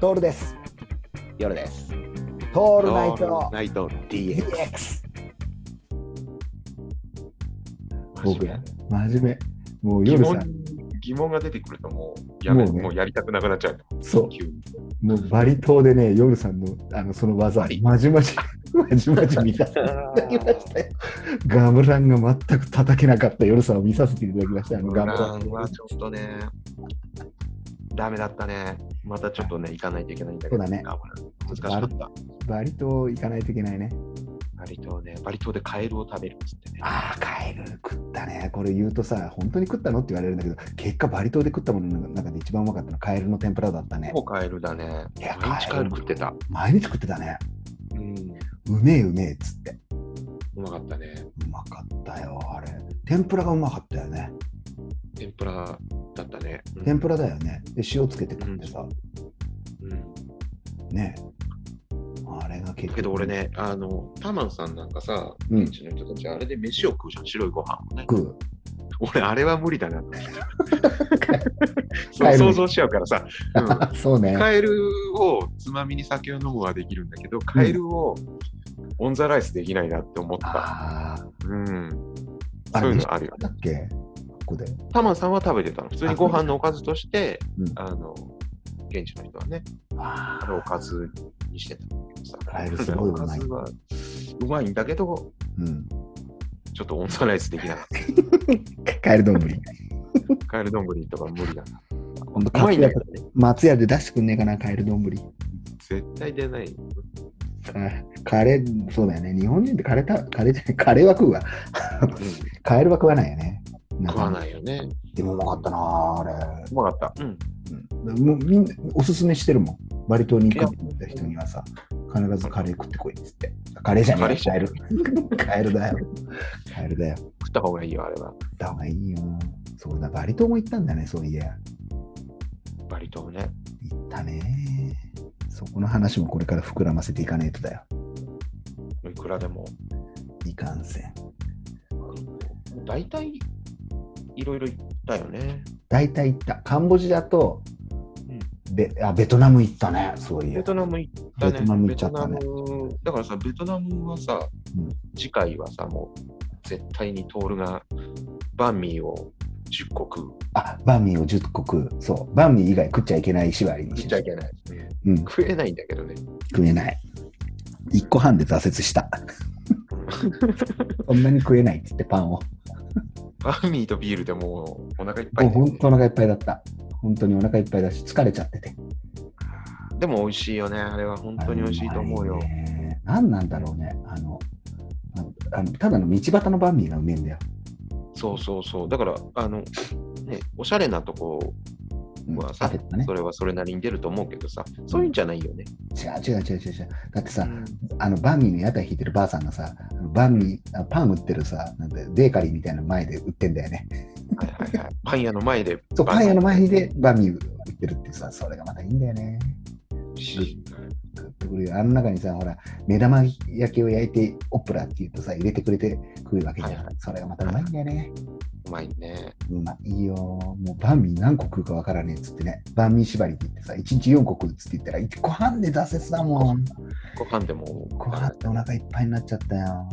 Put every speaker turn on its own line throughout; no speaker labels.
トールです。
夜です。
ト
オ
ールナイト
ナイト DX。
DX。僕ら真面目。もう
疑
夜さん、
問疑問が出てくるともうやめ
もうね
もうやりたくなくなっちゃう。
そう
急に
もうバリ島でね、夜さんのあのその技、まじまじ、まじまじ見 た。
だ
きましたよガムランが全く叩けなかった夜さんを見させていただきました。あのガムラ
ラ
ン
ンはちょっとね、ダメだったね。またちょっとね、行かないといけないんだけど。
そうだね
ガムラン難しかった。
バリ島行かないといけないね。
バリ島ね、バリ島でカエルを食べるっつってね。
ああ、カエル食ったね。これ言うとさ、本当に食ったのって言われるんだけど、結果バリ島で食ったものの中で一番うまかったのはカエルの天ぷらだったね
ほ。ぼカエルだね。
いや
毎日
カ
カ
エ
エ
ル
ル食ってた。
毎日食ってたね。
うん。
うめえうめえっつって。
うまかったね。
うまかったよ、あれ。天ぷらがうまかったよね。
天ぷらだったね。うん
天ぷらだよね。で、塩つけて食ってさ、
うん
ね。あれが結
だ
局
けど俺。ね、あの、タマンさんなんかさ、
うん
現地の人たち、あれで飯を食うじゃん、白いご飯をね。
食う。
俺、あれは無理だなって思っちゃう
帰
そう
る
想像しちゃうからさ、う
あそうね
ん、。カエルをつまみに酒を飲むはできるんだけど、カエルをオンザライスできないなって思った。
ああ。
うん、
あ
そうい
れ
うのあるよ
だっけここで。
タマンさんは食べてたの。普通にご飯のおかずとして、
うん
あの、現地の人はね、
あ
あれおかずにしてたんだけどさ。
カエルすごいう
おか
まい
ずはうまいんだけど、
うん。
ちょっとオンザライスできなかっ
カエル丼。今
た。カエル丼とか無理だな。
度
うまいんだけどね。
松屋で出してくんねえかな、カエル丼。
絶対 出ない。
あカレー、そうだよね。日本人ってカレーた、カレーじゃない、カレーは食うわ。カエルは食わないよね。。
食わないいよね。
でもうまかったなあ、あれ。
うまかった。うん。
うんもうみんなおすすめしてるもん。バリ島に行くって言った人にはさ、必ずカレー食ってこいっつって。カレーじゃねえカ
カ
エ
レ
ル。カエルだよ。カエルだよ。食っ
食った方がいいよ、あれは。
た方がいいよ。そうだ、バリ島も行ったんだね、そういや。
バリ島ね。
行ったね。そこの話もこれから膨らませていかないとだよ。
いくらでも。
いかんせん。
大体、いろいろ行ったよね。
大体行った。カンボジアと、
うん
べあベトナム行ったね、そういや
ベ。トナム行ったね。
ベトナム行っちゃったね
ベトナムだからさ、ベトナムはさ、
うん
次回はさ、もう絶対にトールがバンミーを10個食う。
あ、バンミーを10個食う。そう。バンミー以外食っちゃいけない縛りに
食
し
っち
て
ゃいけない。
うん、
食えないんだけどね。
食えない。1個半で挫折した。そんなに食えないって言ってパンを。
バンミーとビールでもうお腹いっぱ
もう
いだよね、
本当お腹いっぱいだった。本当にお腹いっぱいだし、疲れちゃってて。
でも美味しいよね。あれは本当に美味しいと思うよ
あ。れね。何なんだろうね。あの、あのあのただの道端のバンミーがうめえんだよ。
そうそうそう。だから、あの、ね、おしゃれなとこ
うん
はさ、
食べたね
そ。れはそれなりに出ると思うけどさ、そういうんじゃないよね。
違う違う違う違う違う。だってさ、あのバンミーの屋台引いてるばあさんがさ、あのバンミー、あパン売ってるさ、なんてベーカリーみたいな前で売ってんだよね。
はいはい はい。パン屋の前で。
そう、パン屋の前でバンミー売ってるっていうさ、それがまたいいんだよね。食ってくれるあの中にさ、ほら、目玉焼きを焼いて、オプラって言うとさ、入れてくれて食うわけじゃん。
はいは
それがまたうまいんだよね。
うまいね。
うまいよ。もうバンミー何個食うかわからねえっつってね。バンミー縛りって言ってさ、1日4個食うっつって言ったら、1個半で挫折だもん。
ご飯でも。
ご飯ってお腹いっぱいになっちゃったよ。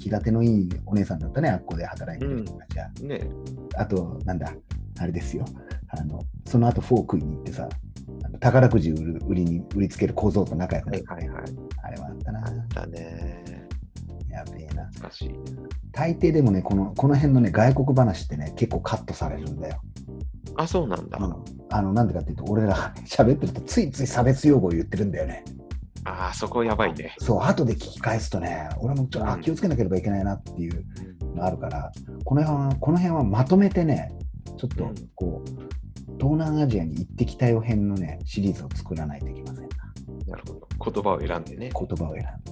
気立てのいいお姉さんだったね、あっこで働いてる人たちは。
ね
あと、なんだ、あれですよ。あの、その後フォー食いに行ってさ、あの宝くじ売る売りに売りつける小僧と仲良く
は
なっ
い
て、
はいはい。
あれはあった
あ
な
っ。たね。
やべえな。
懐かしい。
大抵でもねこのこの辺のね外国話ってね結構カットされるんだよ。
あ、そうなんだ。
あのなんでかっていうと俺ら 喋ってるとついつい差別用語を言ってるんだよね。
ああ、そこやばいね。
そう後で聞き返すとね俺もちょっとあ
うん
気をつけなければいけないなっていうのあるからこの辺はこの辺はまとめてねちょっ
う
と
ん
こう東南アジアに行ってきたよ編のねシリーズを作らないといけませんな
なるほど。言葉を選んでね。
言葉を選んで。